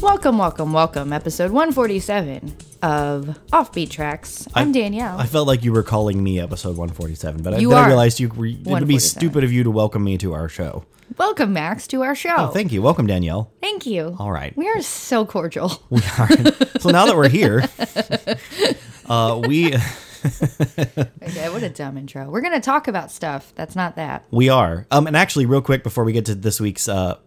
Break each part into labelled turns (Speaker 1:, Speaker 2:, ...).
Speaker 1: Welcome, welcome, welcome. Episode 147 of Offbeat Tracks. I'm
Speaker 2: I-
Speaker 1: Danielle.
Speaker 2: I felt like you were calling me episode 147, but I,
Speaker 1: You
Speaker 2: then I
Speaker 1: are.
Speaker 2: realized you were, it would be
Speaker 1: 147.
Speaker 2: stupid of you to welcome me to our show.
Speaker 1: welcome, Max, to our show.
Speaker 2: Oh, thank you. Welcome, Danielle.
Speaker 1: Thank you.
Speaker 2: All right.
Speaker 1: We are so cordial.
Speaker 2: We are. so now that we're here, uh, we
Speaker 1: okay, what a dumb intro. We're going to talk about stuff. That's not that.
Speaker 2: we are. Um, and actually, real quick before we get to this week's uh,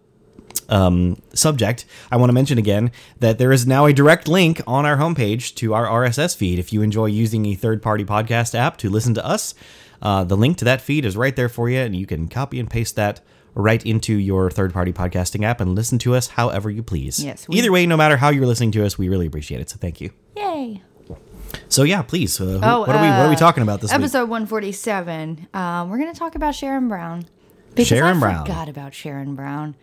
Speaker 2: um, subject, I want to mention again that there is now a direct link on our homepage to our RSS feed. If you enjoy using a third-party podcast app to listen to us, uh, the link to that feed is right there for you, and you can copy and paste that right into your third-party podcasting app and listen to us however you please.
Speaker 1: Yes, we-
Speaker 2: Either way, no matter how you're listening to us, we really appreciate it. So thank you.
Speaker 1: Yay.
Speaker 2: So yeah, please. Uh, who-
Speaker 1: Oh,
Speaker 2: what are we What are we
Speaker 1: uh,
Speaker 2: talking about this week?
Speaker 1: Episode 147. Um, we're going to talk about Sharon Brown. Because
Speaker 2: Sharon
Speaker 1: I
Speaker 2: Brown.
Speaker 1: forgot about Sharon Brown.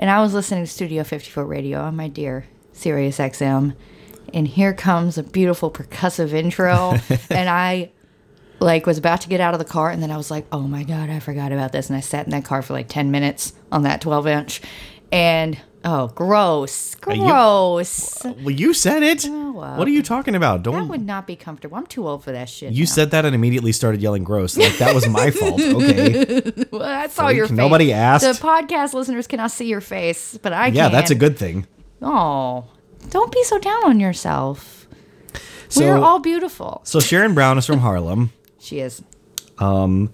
Speaker 1: And I was listening to Studio 54 radio on my dear Sirius XM. And here comes a beautiful percussive intro. and I like was about to get out of the car and then I was like, oh my God, I forgot about this. And I sat in that car for like 10 minutes on that 12 inch. And oh, gross.
Speaker 2: you-
Speaker 1: Gross.
Speaker 2: Well, you said it.
Speaker 1: up.
Speaker 2: What are you talking about? Don't
Speaker 1: that would not be comfortable. I'm too old for that shit.
Speaker 2: You
Speaker 1: now.
Speaker 2: said that and immediately started yelling gross. Like that was my fault. Okay.
Speaker 1: Well, I saw
Speaker 2: Freak.
Speaker 1: your face.
Speaker 2: Nobody asked.
Speaker 1: The podcast listeners cannot see your face, but I
Speaker 2: Yeah,
Speaker 1: can.
Speaker 2: that's a good thing.
Speaker 1: Oh, don't be so down on yourself.
Speaker 2: So
Speaker 1: We're all beautiful.
Speaker 2: so Sharon Brown is from Harlem
Speaker 1: She is.
Speaker 2: and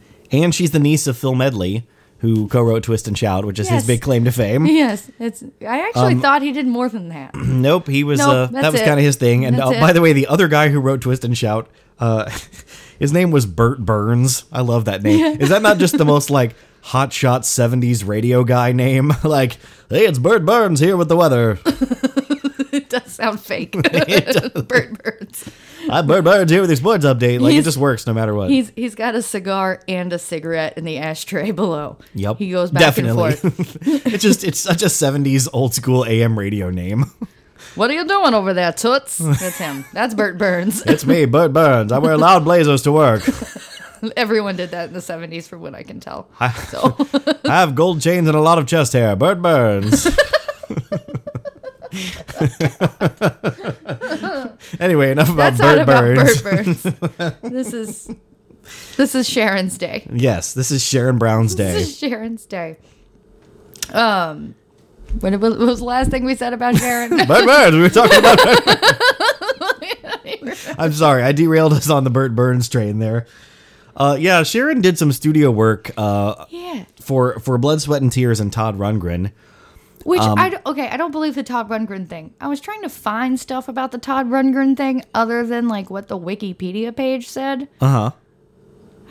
Speaker 2: she's the niece of Phil Medley who co-wrote Twist and Shout, which is
Speaker 1: Yes.
Speaker 2: his big claim to fame.
Speaker 1: Yes, it's. I
Speaker 2: Um,
Speaker 1: actually thought he did more than that.
Speaker 2: nope, he was
Speaker 1: Nope,
Speaker 2: uh,
Speaker 1: that's
Speaker 2: that was
Speaker 1: it.
Speaker 2: kind of his thing. And uh,
Speaker 1: That's it.
Speaker 2: by the way, the other guy who wrote Twist and Shout uh his name was Burt Burns. I love that name. Is that not just the most like hotshot 70s radio guy name? like, hey, it's Burt Burns here with the weather.
Speaker 1: It does sound fake. Bert Burns.
Speaker 2: I'm Burt Burns here with your sports update. Like
Speaker 1: He's-
Speaker 2: it just works no matter what.
Speaker 1: He's he's got a cigar and a cigarette in the ashtray below.
Speaker 2: Yep.
Speaker 1: He goes back and forth.
Speaker 2: forth. it's just it's such a 70s old school AM radio name.
Speaker 1: What are you doing over there, toots? That's him. That's Bert Burns.
Speaker 2: It's me, Bert Burns. I wear loud blazers to work.
Speaker 1: Everyone did that in the '70s, from what I can tell. so
Speaker 2: I have gold chains and a lot of chest hair. Bert Burns. anyway, enough about
Speaker 1: That's
Speaker 2: Bert
Speaker 1: not
Speaker 2: Burns.
Speaker 1: about Bert Burns. this is this is Sharon's day.
Speaker 2: Yes, this is Sharon Brown's day.
Speaker 1: This is Sharon's day. Um, what was, what was the last thing we said about Sharon?
Speaker 2: Bert Burns. We were talking about Bert Burns. I'm sorry, I derailed us on the Bert Burns train there. Uh, yeah, Sharon did some studio work uh,
Speaker 1: yeah,
Speaker 2: for for Blood, Sweat, and Tears and Todd Rundgren.
Speaker 1: which
Speaker 2: Um,
Speaker 1: I d- okay, I don't believe the Todd Rundgren thing. I was trying to find stuff about the Todd Rundgren thing other than like what the Wikipedia page said.
Speaker 2: Uh huh.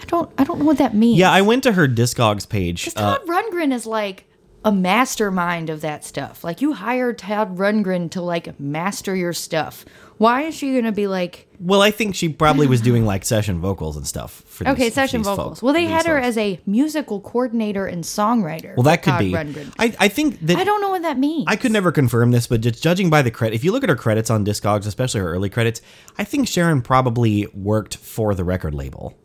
Speaker 1: I don't I don't know what that means.
Speaker 2: Yeah, I went to her Discogs page. Uh,
Speaker 1: Todd Rundgren is like a mastermind of that stuff. Like you hire Todd Rundgren to like master your stuff. Why is she gonna be like?
Speaker 2: well, I think she probably was doing like session vocals and stuff. For these-
Speaker 1: Okay,
Speaker 2: for
Speaker 1: session
Speaker 2: these folk-
Speaker 1: vocals. well, they
Speaker 2: these
Speaker 1: had her
Speaker 2: folks.
Speaker 1: as a musical coordinator and songwriter.
Speaker 2: Well, that could
Speaker 1: Todd
Speaker 2: be.
Speaker 1: Rundgren.
Speaker 2: I, I think that
Speaker 1: I
Speaker 2: I,
Speaker 1: don't know what that means.
Speaker 2: could never confirm this, but just judging by the credit, if you look at her credits on Discogs, especially her early credits, I think Sharon probably worked for the record label.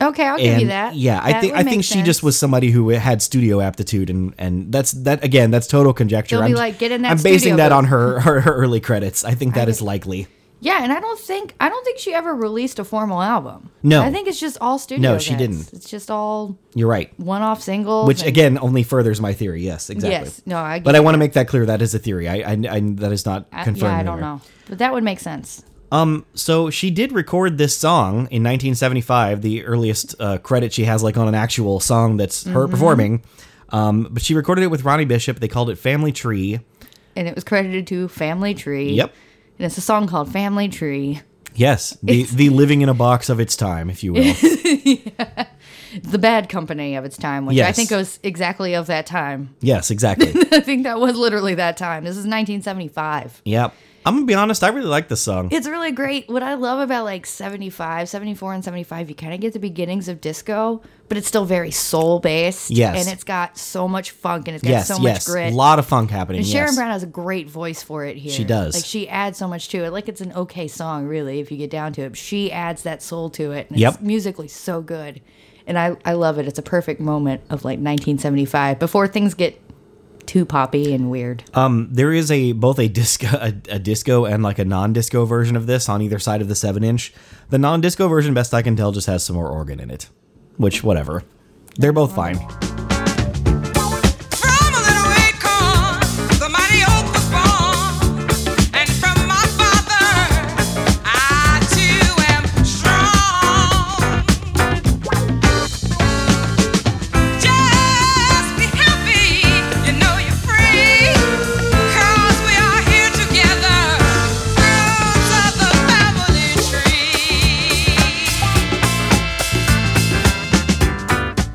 Speaker 1: okay, I'll give you that.
Speaker 2: Yeah, I
Speaker 1: That
Speaker 2: think
Speaker 1: would
Speaker 2: I
Speaker 1: make
Speaker 2: think she
Speaker 1: sense.
Speaker 2: just was somebody who had studio aptitude, and and that's that again. That's total conjecture.
Speaker 1: They'll be
Speaker 2: I'm,
Speaker 1: like, "Get in that
Speaker 2: I'm basing
Speaker 1: studio
Speaker 2: that
Speaker 1: booth."
Speaker 2: on her, her her early credits. I think that is likely.
Speaker 1: Yeah, and I don't think I don't think she ever released a formal album.
Speaker 2: No.
Speaker 1: I think it's just all studio.
Speaker 2: No, she
Speaker 1: events.
Speaker 2: didn't.
Speaker 1: It's just all
Speaker 2: You're right.
Speaker 1: one-off singles.
Speaker 2: Which
Speaker 1: and-
Speaker 2: again only furthers my theory. Yes, exactly.
Speaker 1: Yes, no, I get
Speaker 2: But I want to make that clear. That is a theory. I, I, I that is not
Speaker 1: I-
Speaker 2: confirmed.
Speaker 1: yeah, I don't
Speaker 2: anywhere.
Speaker 1: know, but that would make sense.
Speaker 2: So she did record this song in 1975, the earliest uh, credit she has like on an actual song that's
Speaker 1: Mm-hmm.
Speaker 2: her performing. Um, but she recorded it with Ronnie Bishop. They called it Family Tree.
Speaker 1: And it was credited to Family Tree.
Speaker 2: Yep.
Speaker 1: And it's a song called Family Tree.
Speaker 2: Yes, the the living in a box of its time, if you will.
Speaker 1: The bad company of its time, which I
Speaker 2: Yes.
Speaker 1: think was exactly of that time.
Speaker 2: yes, exactly.
Speaker 1: I think that was literally that time. This is 1975.
Speaker 2: Yep. I'm gonna be honest. I really like this song.
Speaker 1: It's really great. What I love about like 75, 74, and 75, you kind of get the beginnings of disco, but it's still very soul based.
Speaker 2: Yes.
Speaker 1: And it's got so much funk and it's got
Speaker 2: yes,
Speaker 1: so
Speaker 2: yes.
Speaker 1: much grit.
Speaker 2: A lot of funk happening.
Speaker 1: and Sharon
Speaker 2: yes.
Speaker 1: Brown has a great voice for it here.
Speaker 2: She does.
Speaker 1: Like she adds so much to it. Like it's an okay song, really, if you get down to it. But she adds that soul to it. And
Speaker 2: Yep.
Speaker 1: It's musically so good. And I, I love it. It's a perfect moment of like 1975 before things get too poppy and weird.
Speaker 2: Um, there is a both a disco a, a disco and like a non-disco version of this on either side of the seven inch. The non-disco version, best I can tell, just has some more organ in it, which whatever. They're both fine.
Speaker 3: From a little acorn, the mighty oak was born, and from my father, I too am strong. Just be happy, you know you're free, 'cause we are here together, fruits of the family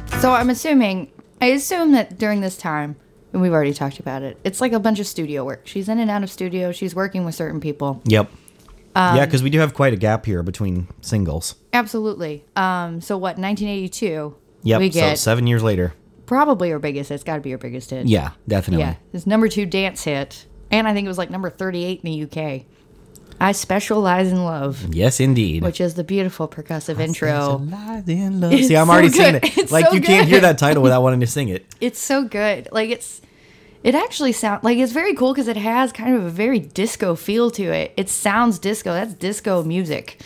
Speaker 3: tree.
Speaker 1: So I'm assuming, I assume that during this time, and we've already talked about it, it's like a bunch of studio work. She's in and out of studio. She's working with certain people.
Speaker 2: Yep.
Speaker 1: Um,
Speaker 2: yeah, because we do have quite a gap here between singles.
Speaker 1: Absolutely. Um. So what? 1982.
Speaker 2: Yep.
Speaker 1: We
Speaker 2: so
Speaker 1: get
Speaker 2: seven years later.
Speaker 1: probably your biggest. It's got to be your biggest hit.
Speaker 2: Yeah, definitely.
Speaker 1: Yeah. His number two dance hit, and I think it was like number 38 in the UK. I specialize in love,
Speaker 2: Yes, indeed.
Speaker 1: which is the beautiful percussive intro.
Speaker 2: Specialize in love.
Speaker 1: It's
Speaker 2: See, I'm
Speaker 1: so
Speaker 2: already
Speaker 1: good.
Speaker 2: singing it.
Speaker 1: It's
Speaker 2: like
Speaker 1: so
Speaker 2: you can't hear
Speaker 1: good.
Speaker 2: that title without wanting to sing it.
Speaker 1: It's so good. Like it's, it actually sounds like it's very cool because it has kind of a very disco feel to it. It sounds disco. That's disco music.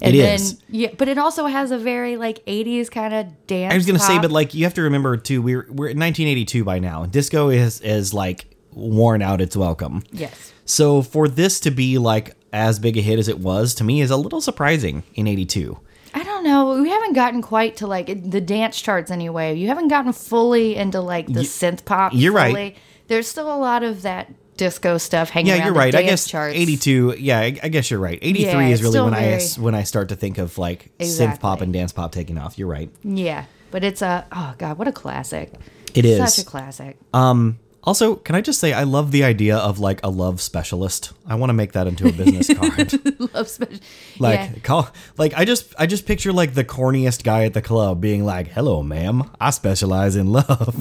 Speaker 1: And
Speaker 2: It
Speaker 1: then,
Speaker 2: is.
Speaker 1: Yeah, but it also has a very like 80s kind of dance.
Speaker 2: I was gonna say,
Speaker 1: pop.
Speaker 2: but like you have to remember too, we're we're in 1982 by now. Disco is is like worn out its welcome.
Speaker 1: yes,
Speaker 2: So for this to be like as big a hit as it was to me is a little surprising in 82.
Speaker 1: I don't know. We haven't gotten quite to like the dance charts anyway. You haven't gotten fully into like the synth pop.
Speaker 2: you're right.
Speaker 1: fully. There's still a lot of that disco stuff hanging
Speaker 2: Yeah,
Speaker 1: around
Speaker 2: you're
Speaker 1: the
Speaker 2: right. I
Speaker 1: dance
Speaker 2: guess
Speaker 1: charts.
Speaker 2: 82. Yeah, I, I guess you're right. 83
Speaker 1: Yeah,
Speaker 2: is
Speaker 1: it's
Speaker 2: really
Speaker 1: still
Speaker 2: when I
Speaker 1: very-
Speaker 2: s- when I start to think of like synth pop
Speaker 1: Exactly.
Speaker 2: and dance pop taking off. You're right.
Speaker 1: Yeah, but it's a oh god, what a classic.
Speaker 2: It is.
Speaker 1: such a classic.
Speaker 2: Also, can I just say I love the idea of like a love specialist. I want to make that into a business card.
Speaker 1: Love special.
Speaker 2: Like
Speaker 1: yeah.
Speaker 2: call like I just I just picture like the corniest guy at the club being like, "Hello, ma'am. I specialize in love.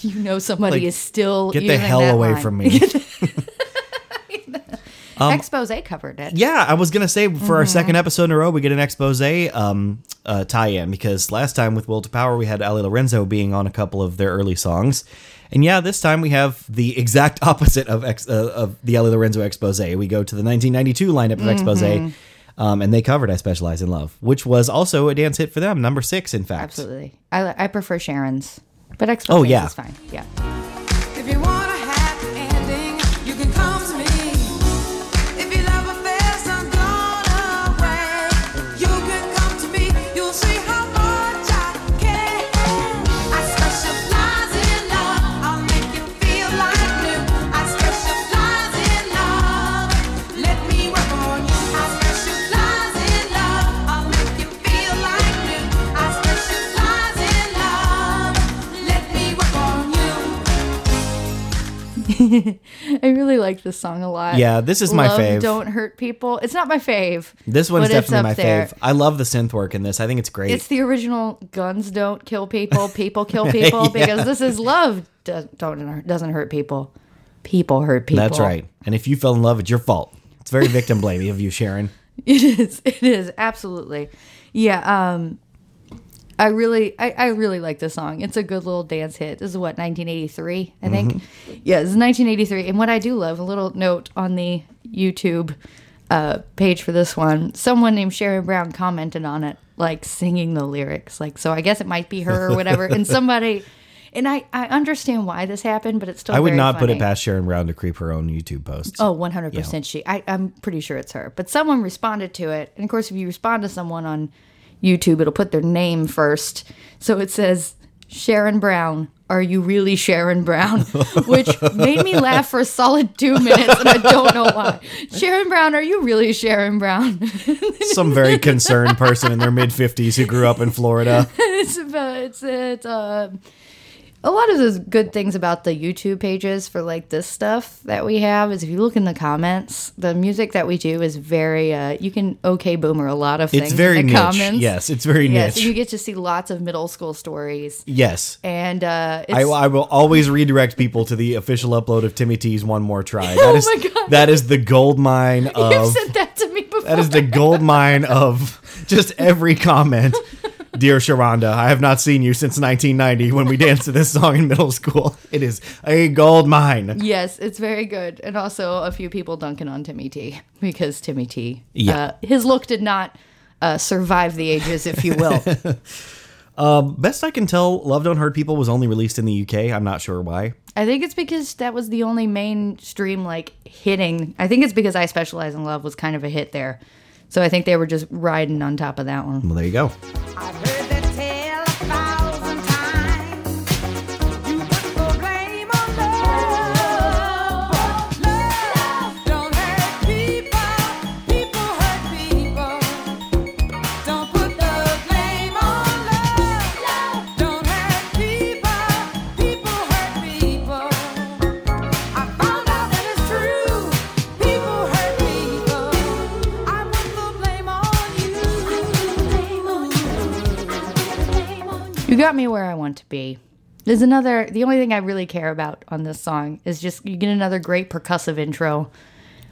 Speaker 1: you know somebody
Speaker 2: like,
Speaker 1: is still
Speaker 2: Get the
Speaker 1: using
Speaker 2: hell
Speaker 1: that
Speaker 2: away
Speaker 1: line.
Speaker 2: from me." Um,
Speaker 1: Expose covered it.
Speaker 2: yeah, I was going to say for our second
Speaker 1: Mm-hmm.
Speaker 2: episode in a row we get an exposé um uh tie-in because last time with Will to Power we had Ali Lorenzo being on a couple of their early songs. And yeah, this time we have the exact opposite of ex- uh, of the Ali Lorenzo exposé. We go to the 1992 lineup of exposé.
Speaker 1: Mm-hmm.
Speaker 2: Um, and they covered "I Specialize in Love," which was also a dance hit for them, number six, in fact.
Speaker 1: Absolutely. I I prefer Sharon's, but expose
Speaker 2: Oh, yeah.
Speaker 1: is fine. Yeah.
Speaker 3: If you want a happy ending, you can come to me. If your love affairs have gone away, you can come to me. You'll see how much I care. I specialize in love. I'll make you feel like new. I specialize in love. Let me work on you. I specialize in love. I'll make you feel like new. I specialize in love. Let me work on you.
Speaker 1: I really like this song a lot.
Speaker 2: Yeah, this is my
Speaker 1: Love
Speaker 2: fave.
Speaker 1: Don't hurt people. It's not my fave.
Speaker 2: This one's
Speaker 1: but it's
Speaker 2: definitely my
Speaker 1: up there.
Speaker 2: fave. I love the synth work in this. I think it's great.
Speaker 1: It's the original "Guns don't kill people, people kill people" because this is love does, don't doesn't hurt people, people hurt people.
Speaker 2: That's right. And if you fell in love, it's your fault. It's very victim blaming of you, Sharon.
Speaker 1: It is. It is absolutely. Yeah. Um, I really, I, I really like this song. It's a good little dance hit. This is what 1983, I think.
Speaker 2: Mm-hmm.
Speaker 1: Yeah, this is 1983. And what I do love, a little note on the YouTube uh, page for this one. Someone named Sharon Brown commented on it, like singing the lyrics. Like, so I guess it might be her or whatever. and somebody, and I, I understand why this happened, but it's still.
Speaker 2: I would
Speaker 1: very
Speaker 2: not put it
Speaker 1: funny.
Speaker 2: past Sharon Brown to creep her own YouTube posts.
Speaker 1: Oh, 100% she. I, I'm pretty sure it's her. But someone responded to it. And of course, if you respond to someone on YouTube, it'll put their name first. So it says, Sharon Brown, are you really Sharon Brown? Which made me laugh for a solid two minutes. And I don't know why. Sharon Brown, are you really Sharon Brown?
Speaker 2: Some very concerned person in their mid 50s who grew up in Florida.
Speaker 1: it's about, it's, it's, uh, a lot of those good things about the YouTube pages for like this stuff that we have is if you look in the comments, the music that we do is very uh you can okay boomer a lot of things
Speaker 2: It's very
Speaker 1: in the
Speaker 2: niche.
Speaker 1: comments.
Speaker 2: Yes, it's very
Speaker 1: Yes,
Speaker 2: niche.
Speaker 1: you get to see lots of middle school stories.
Speaker 2: yes.
Speaker 1: And uh it's
Speaker 2: I, I will always redirect people to the official upload of Timmy T's One More Try. That is
Speaker 1: Oh my God.
Speaker 2: that is the gold mine
Speaker 1: you've
Speaker 2: of
Speaker 1: said that to me before.
Speaker 2: that is the gold mine of just every comment. Dear Sharonda, I have not seen you since 1990 when we danced to this song in middle school. It is a gold mine.
Speaker 1: Yes, it's very good. And also a few people dunking on Timmy T because Timmy T,
Speaker 2: Yeah.
Speaker 1: uh, his look did not uh, survive the ages, if you will.
Speaker 2: Best I can tell, Love Don't Hurt People was only released in the UK. I'm not sure why.
Speaker 1: I think it's because that was the only mainstream like hitting. I think it's because I specialize in love was kind of a hit there. So I think they were just riding on top of that one.
Speaker 2: Well, there you go.
Speaker 3: I've heard that tale a thousand times. You put the blame on love. Love don't hurt people. People hurt people. Don't put the blame on love. Love don't hurt people. People hurt people. I found out that it's true. People hurt people. I put the blame on you.
Speaker 1: You got me where I want to be. There's another. The only thing I really care about on this song is just you get another great percussive intro,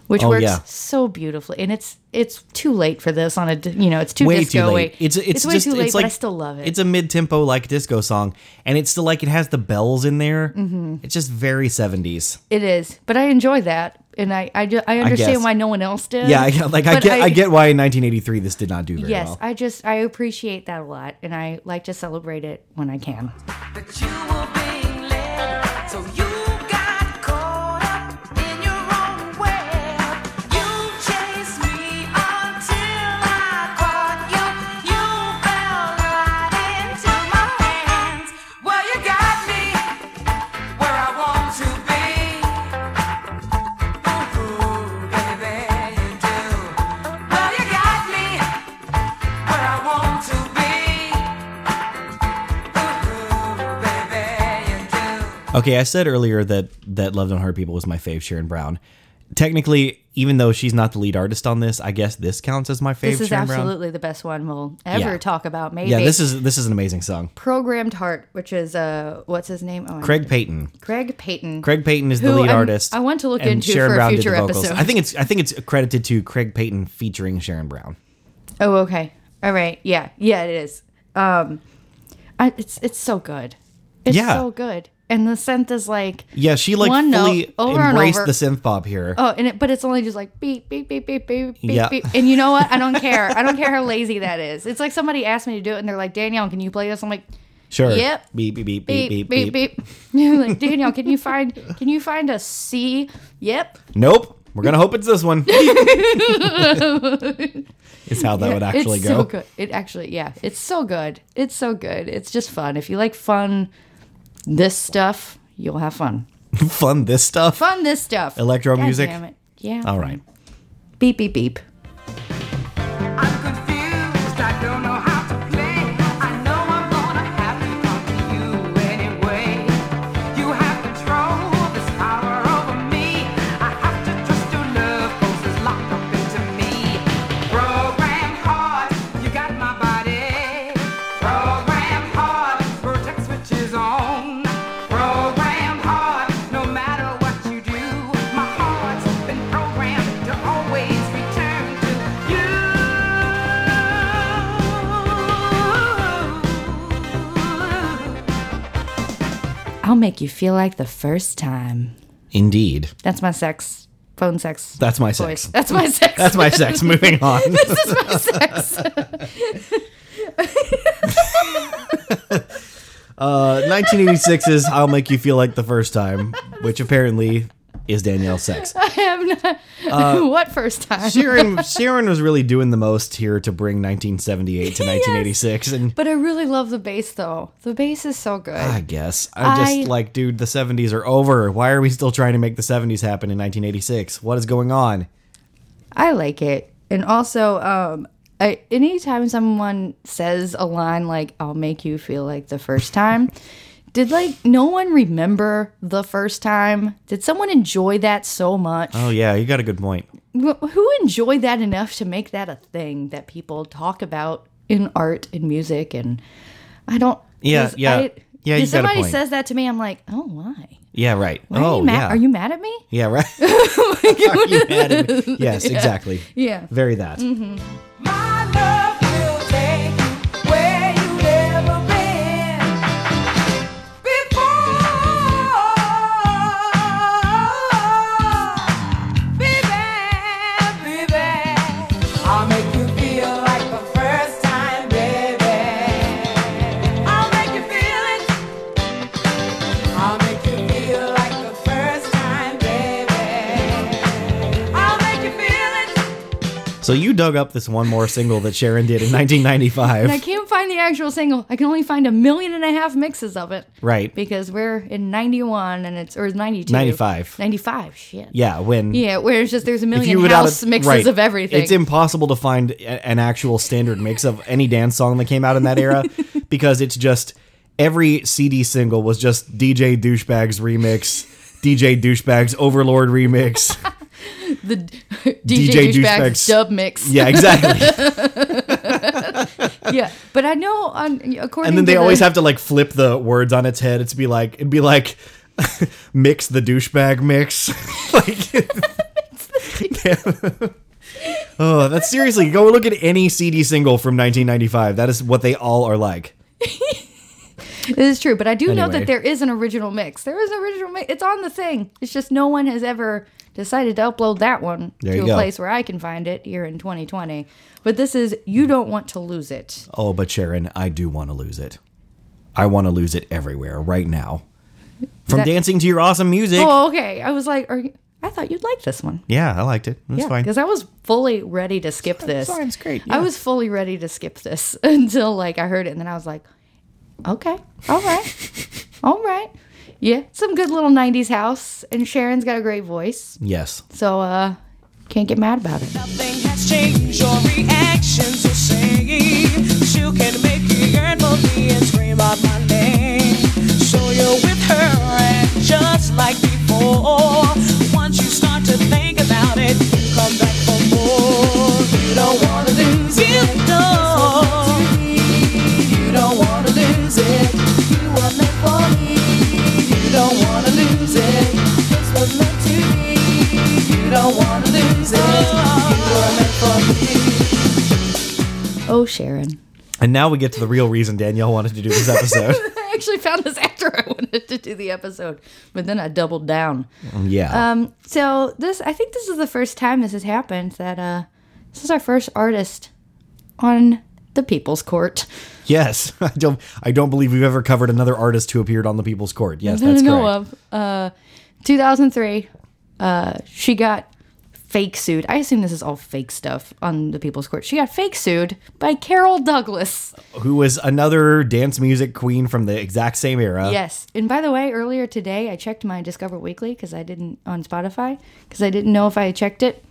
Speaker 1: which
Speaker 2: Oh,
Speaker 1: works
Speaker 2: yeah.
Speaker 1: so beautifully. And it's it's too late for this on a d- you know it's too
Speaker 2: Way
Speaker 1: disco.
Speaker 2: too late.
Speaker 1: Way,
Speaker 2: It's it's,
Speaker 1: way
Speaker 2: just,
Speaker 1: too late,
Speaker 2: it's like,
Speaker 1: but I still love it.
Speaker 2: It's a mid-tempo like disco song, and it's still like it has the bells in there. Mm-hmm. It's just very 70s.
Speaker 1: it is, but I enjoy that, and I I, ju- I
Speaker 2: guess.
Speaker 1: understand why no one else did.
Speaker 2: Yeah, I, like I
Speaker 1: But
Speaker 2: get I, get why in 1983 this did not do very
Speaker 1: Yes,
Speaker 2: well.
Speaker 1: I just I appreciate that a lot, and I like to celebrate it when I can.
Speaker 3: But you were being led, so you got caught up in your own web. You chased me until I caught you. You fell right into my hands. Well, you got me where I want to be. Ooh, baby, you do. Well, you got me where I want to be.
Speaker 2: Okay, I said earlier that that Love Don't Hurt People was my fave Sharon Brown. Technically, even though she's not the lead artist on this, I guess this counts as my fave
Speaker 1: This is
Speaker 2: Sharon Brown.
Speaker 1: absolutely the best one we'll ever
Speaker 2: Yeah.
Speaker 1: talk about. Maybe
Speaker 2: Yeah, this is this is an amazing song.
Speaker 1: programmed heart, which is uh, what's his name? Oh, I-
Speaker 2: Craig Payton.
Speaker 1: Craig Payton.
Speaker 2: Craig Payton is the
Speaker 1: Who
Speaker 2: lead
Speaker 1: I'm-
Speaker 2: artist.
Speaker 1: I want to look
Speaker 2: and
Speaker 1: into
Speaker 2: Sharon
Speaker 1: for a
Speaker 2: Brown did the
Speaker 1: future
Speaker 2: vocals.
Speaker 1: episode.
Speaker 2: I think it's I think it's credited to Craig Payton featuring Sharon Brown.
Speaker 1: Oh, okay. All right. Yeah. Yeah, it is. Um, I, it's it's so good. It's
Speaker 2: Yeah.
Speaker 1: so good. And the synth is like
Speaker 2: Yeah, she like
Speaker 1: One note,
Speaker 2: fully
Speaker 1: over and
Speaker 2: embraced
Speaker 1: over.
Speaker 2: the synth pop here.
Speaker 1: Oh, and it, but it's only just like beep beep beep beep beep beep
Speaker 2: Yeah.
Speaker 1: beep. And you know what? I don't care. I don't care how lazy that is. It's like somebody asked me to do it, and they're like, Danielle, can you play this? I'm like,
Speaker 2: sure.
Speaker 1: yep.
Speaker 2: Beep beep beep beep
Speaker 1: beep
Speaker 2: beep
Speaker 1: beep beep. You're like, Danielle, can you find can you find a C? Yep.
Speaker 2: Nope. We're gonna hope it's this one. is how that would actually
Speaker 1: it's
Speaker 2: go.
Speaker 1: so good. It actually, yeah, it's so good. It's so good. It's just fun. If you like fun, this stuff, you'll have fun.
Speaker 2: Fun this stuff.
Speaker 1: Fun this stuff.
Speaker 2: Electro
Speaker 1: God
Speaker 2: music?
Speaker 1: Damn it. Yeah.
Speaker 2: All right.
Speaker 1: Beep beep beep.
Speaker 3: I'm confused, I don't know how to play. I know I'm gonna have to come to you anyway. You have control, this power over me. I have to trust your love, cause it's locked up into me. Program hard, you got my body. Program hard, protect switches on. Program hard, no matter what you do. My heart's been programmed to always return to you.
Speaker 1: I'll make you feel like the first time.
Speaker 2: Indeed.
Speaker 1: That's my sex. Phone sex.
Speaker 2: That's my
Speaker 1: voice.
Speaker 2: sex.
Speaker 1: That's my sex.
Speaker 2: That's my sex. Moving on.
Speaker 1: this is my sex.
Speaker 2: 1986 is Uh, I'll Make You Feel Like the First Time, which apparently is Danielle's sex.
Speaker 1: I am not.
Speaker 2: uh,
Speaker 1: what first time?
Speaker 2: Sharon, Sharon was really doing the most here to bring 1978 to 1986. And
Speaker 1: But I really love the bass though. The bass is so good.
Speaker 2: I guess. I'm just
Speaker 1: I-
Speaker 2: like, dude, the 70s are over. Why are we still trying to make the 70s happen in 1986? What is going on?
Speaker 1: I like it. And also, um, I, anytime someone says a line like "I'll make you feel like the first time," did like no one remember the first time? Did someone enjoy that so much?
Speaker 2: Oh, yeah, you got a good point.
Speaker 1: Wh- Who enjoyed that enough to make that a thing that people talk about in art and music? And I don't.
Speaker 2: Yeah,
Speaker 1: 'cause
Speaker 2: yeah.
Speaker 1: I-
Speaker 2: Yeah,
Speaker 1: if
Speaker 2: you got a
Speaker 1: somebody
Speaker 2: point.
Speaker 1: says that to me, I'm like, oh, why?
Speaker 2: Yeah, right.
Speaker 1: Why
Speaker 2: oh,
Speaker 1: are you mad?
Speaker 2: yeah.
Speaker 1: Are you mad at me?
Speaker 2: Yeah, right. Are you mad at me? Yes, exactly.
Speaker 1: Yeah. Mm-hmm.
Speaker 2: Very that.
Speaker 3: My love will take you where you
Speaker 2: So you dug up this one more single that Sharon did in
Speaker 1: And I
Speaker 2: 1995,
Speaker 1: can't find the actual single. I can only find a million and a half mixes of it.
Speaker 2: right?
Speaker 1: Because we're in 91 and it's, or 92.
Speaker 2: 95.
Speaker 1: 95, shit.
Speaker 2: Yeah, when
Speaker 1: Yeah, where it's just there's a
Speaker 2: if
Speaker 1: million
Speaker 2: you were
Speaker 1: house mixes
Speaker 2: right,
Speaker 1: of everything.
Speaker 2: It's impossible to find a- an actual standard mix of any dance song that came out in that era because it's just every CD single was just DJ douchebags remix, DJ douchebags overlord remix.
Speaker 1: the DJ,
Speaker 2: DJ
Speaker 1: douchebags
Speaker 2: douchebags.
Speaker 1: dub mix.
Speaker 2: yeah, exactly.
Speaker 1: yeah. But I know on according
Speaker 2: and then
Speaker 1: to
Speaker 2: they
Speaker 1: the-
Speaker 2: always have to like flip the words on its head. It's be like it'd be like mix the douchebag mix. like Oh, that's seriously. Go look at any CD single from 1995. That is what they all are like.
Speaker 1: It is true, but I do know
Speaker 2: Anyway.
Speaker 1: that there is an original mix. There is an original mix. It's on the thing. It's just no one has ever decided to upload that one
Speaker 2: There
Speaker 1: to
Speaker 2: you
Speaker 1: a
Speaker 2: go.
Speaker 1: place where I can find it here in 2020. But this is You Don't Want to Lose It.
Speaker 2: Oh, but Sharon, I do want to lose it. I want to lose it everywhere right now. From
Speaker 1: That-
Speaker 2: dancing to your awesome music.
Speaker 1: Oh, okay. I was like, are you, I thought you'd like this one.
Speaker 2: Yeah, I liked it. That's fine.
Speaker 1: Because I was fully ready to skip this.
Speaker 2: fine, it's great,
Speaker 1: I
Speaker 2: yeah.
Speaker 1: was fully ready to skip this until like I heard it and then I was like, okay, all right, all right. Yeah, some good little 90s house. And Sharon's got a great voice.
Speaker 2: Yes.
Speaker 1: So, uh, can't get mad about it.
Speaker 3: Nothing has changed. Your reactions the same. Still can make me yearn for me and scream out my name. So you're with her and just like before. Once you start to think about it, you come back for more. You don't wanna lose it. No. You don't wanna lose it. You were meant for me. You don't wanna lose it. This was meant to be. You don't wanna lose it. You were meant for me.
Speaker 1: Oh, Sharon.
Speaker 2: And now we get to the real reason Danielle wanted to do this episode.
Speaker 1: I actually found this after I wanted to do the episode, but then I doubled down.
Speaker 2: yeah.
Speaker 1: Um, so this, I think this is the first time this has happened that, uh, this is our first artist on the People's Court.
Speaker 2: Yes, I don't. I don't believe we've ever covered another artist who appeared on the People's Court. Yes,
Speaker 1: that
Speaker 2: that's
Speaker 1: I know
Speaker 2: correct.
Speaker 1: of. Uh, 2003, uh, she got fake sued. I assume this is all fake stuff on the People's Court. She got fake sued by Carol Douglas.
Speaker 2: Who was another dance music queen from the exact same era?
Speaker 1: Yes. And by the way, earlier today, I checked my Discover Weekly because I didn't on Spotify because I didn't know if I had checked it.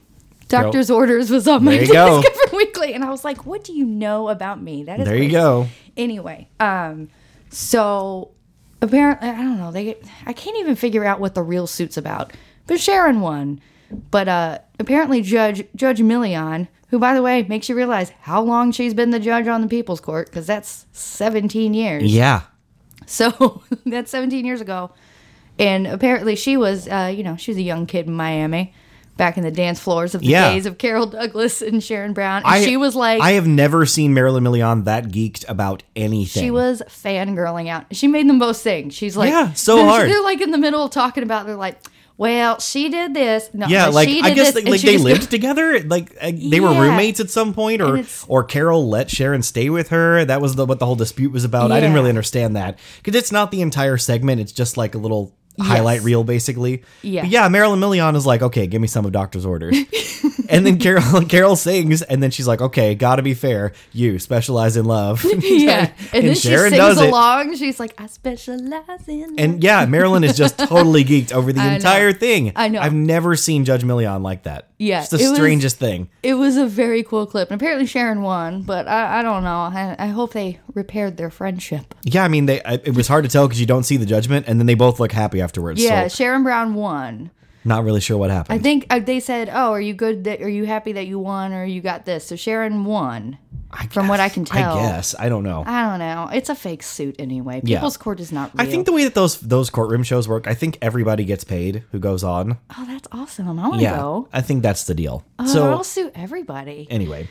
Speaker 1: Doctor's Orders was on my
Speaker 2: There you go.
Speaker 1: Discover Weekly, and I was like, "What do you know about me?" That is
Speaker 2: There you
Speaker 1: crazy.
Speaker 2: go.
Speaker 1: Anyway, um, so apparently, I don't know. They, I can't even figure out what the real suit's about. But Sharon won. But uh, apparently, Judge Judge Million, who by the way makes you realize how long she's been the judge on the People's Court, because that's 17 years.
Speaker 2: Yeah.
Speaker 1: So that's 17 years ago. And apparently she was, uh, you know, she was a young kid in Miami back in the dance floors of the
Speaker 2: Yeah.
Speaker 1: days of Carol Douglas and Sharon Brown. And she was like,
Speaker 2: I have never seen Marilyn Million that geeked about anything.
Speaker 1: she was fangirling out. She made them both sing. She's like,
Speaker 2: Yeah, so
Speaker 1: they're,
Speaker 2: hard.
Speaker 1: They're like in the middle talking about, they're like, well, she did this. No,
Speaker 2: Yeah,
Speaker 1: but
Speaker 2: like
Speaker 1: she
Speaker 2: I
Speaker 1: did
Speaker 2: guess
Speaker 1: this.
Speaker 2: they,
Speaker 1: And
Speaker 2: like
Speaker 1: she
Speaker 2: they
Speaker 1: just-
Speaker 2: lived together. Like uh, they were
Speaker 1: Yeah.
Speaker 2: roommates at some point,
Speaker 1: And
Speaker 2: or
Speaker 1: it's-
Speaker 2: or Carol let Sharon stay with her. That was the, what the whole dispute was about. I didn't
Speaker 1: Yeah.
Speaker 2: really understand that because it's not the entire segment. It's just like a little highlight reel, basically.
Speaker 1: Yeah.
Speaker 2: But yeah. Marilyn Million is like, okay, give me some of Doctor's orders, and then Carol Carol sings, and then she's like, okay, gotta be fair. You specialize in love.
Speaker 1: Yeah. And,
Speaker 2: And
Speaker 1: then
Speaker 2: Sharon
Speaker 1: she
Speaker 2: does
Speaker 1: sings
Speaker 2: it.
Speaker 1: along. She's like, I specialize in.
Speaker 2: And yeah, Marilyn is just totally geeked over the
Speaker 1: I know.
Speaker 2: entire thing.
Speaker 1: I know.
Speaker 2: I've never seen Judge Million like that.
Speaker 1: Yeah,
Speaker 2: It's the
Speaker 1: it was-
Speaker 2: strangest thing.
Speaker 1: it was a very cool clip. And apparently Sharon won, but I, I don't know. I, I hope they repaired their friendship.
Speaker 2: Yeah, I mean, they I, it was hard to tell because you don't see the judgment, and then they both look happy afterwards.
Speaker 1: Yeah,
Speaker 2: so
Speaker 1: Sharon Brown won.
Speaker 2: not really sure what
Speaker 1: I
Speaker 2: happened.
Speaker 1: think uh, they said, "Oh, are you good? That are you happy that you won, or you got this?" So Sharon won, from what I can tell.
Speaker 2: I guess I don't know. I,
Speaker 1: I don't know. It's a fake suit anyway.
Speaker 2: Yeah.
Speaker 1: People's Court is not real.
Speaker 2: think the way that those those courtroom shows work, I think everybody gets paid who goes on.
Speaker 1: oh, that's awesome. I want to
Speaker 2: yeah,
Speaker 1: go.
Speaker 2: I think that's the deal.
Speaker 1: Oh,
Speaker 2: so
Speaker 1: I'll sue everybody.
Speaker 2: anyway,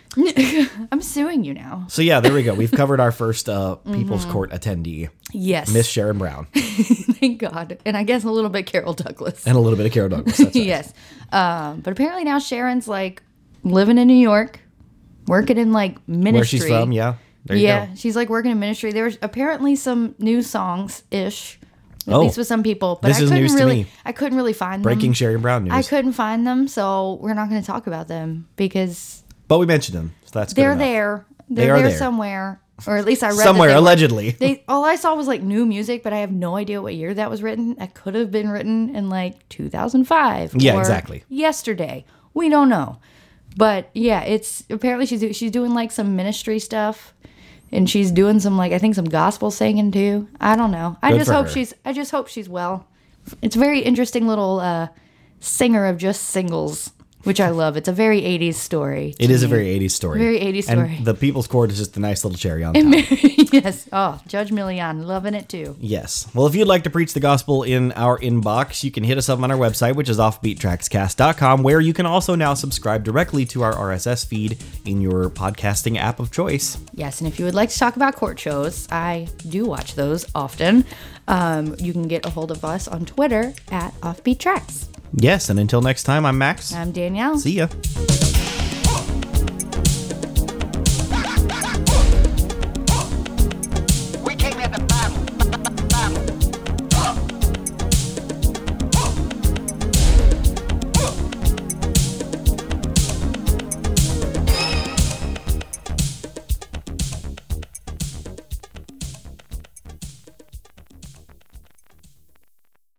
Speaker 1: I'm suing you now.
Speaker 2: so yeah, there we go. We've covered our first uh, People's
Speaker 1: Mm-hmm.
Speaker 2: Court attendee,
Speaker 1: Yes.
Speaker 2: Miss Sharon Brown,
Speaker 1: Thank God. And I guess a little bit Carol Douglas.
Speaker 2: and a little bit of Carol Douglas. That's right.
Speaker 1: yes. Um, but apparently now Sharon's like living in New York, working in like ministry.
Speaker 2: Where she's from, yeah. There you
Speaker 1: yeah,
Speaker 2: go.
Speaker 1: she's like working in ministry. There's apparently some new songs ish, at
Speaker 2: Oh.
Speaker 1: least with some people. But
Speaker 2: This
Speaker 1: I
Speaker 2: is
Speaker 1: couldn't
Speaker 2: news to
Speaker 1: really,
Speaker 2: me.
Speaker 1: I couldn't really find
Speaker 2: Breaking
Speaker 1: them.
Speaker 2: Sharon Brown news.
Speaker 1: I couldn't find them, so we're not going to talk about them because
Speaker 2: But we mentioned them, so that's good
Speaker 1: They're
Speaker 2: enough.
Speaker 1: there. They're
Speaker 2: They are
Speaker 1: there,
Speaker 2: there.
Speaker 1: somewhere, or at least I read that
Speaker 2: somewhere
Speaker 1: they were-
Speaker 2: allegedly.
Speaker 1: They all I saw was like new music, but I have no idea what year that was written. That could have been written in like 2005.
Speaker 2: Yeah,
Speaker 1: or
Speaker 2: exactly.
Speaker 1: Yesterday, we don't know, but yeah, it's apparently she's do- she's doing like some ministry stuff, and she's doing some like I think some gospel singing too. I don't know. I
Speaker 2: Good
Speaker 1: just
Speaker 2: for
Speaker 1: hope
Speaker 2: her.
Speaker 1: she's I just hope she's well. It's a very interesting little uh, singer of just singles, which I love. It's a very 80s story.
Speaker 2: It is a very 80s story.
Speaker 1: Very 80s story.
Speaker 2: And the People's Court is just the nice little cherry on top.
Speaker 1: yes. Oh, Judge Millian, loving it too.
Speaker 2: yes. Well, if you'd like to preach the gospel in our inbox, you can hit us up on our website, which is offbeattrackscast.com, where you can also now subscribe directly to our RSS feed in your podcasting app of choice.
Speaker 1: Yes, and if you would like to talk about court shows, I do watch those often. Um, you can get a hold of us on Twitter at Offbeat Tracks.
Speaker 2: Yes, and until next time, I'm Max.
Speaker 1: I'm Danielle.
Speaker 2: See ya.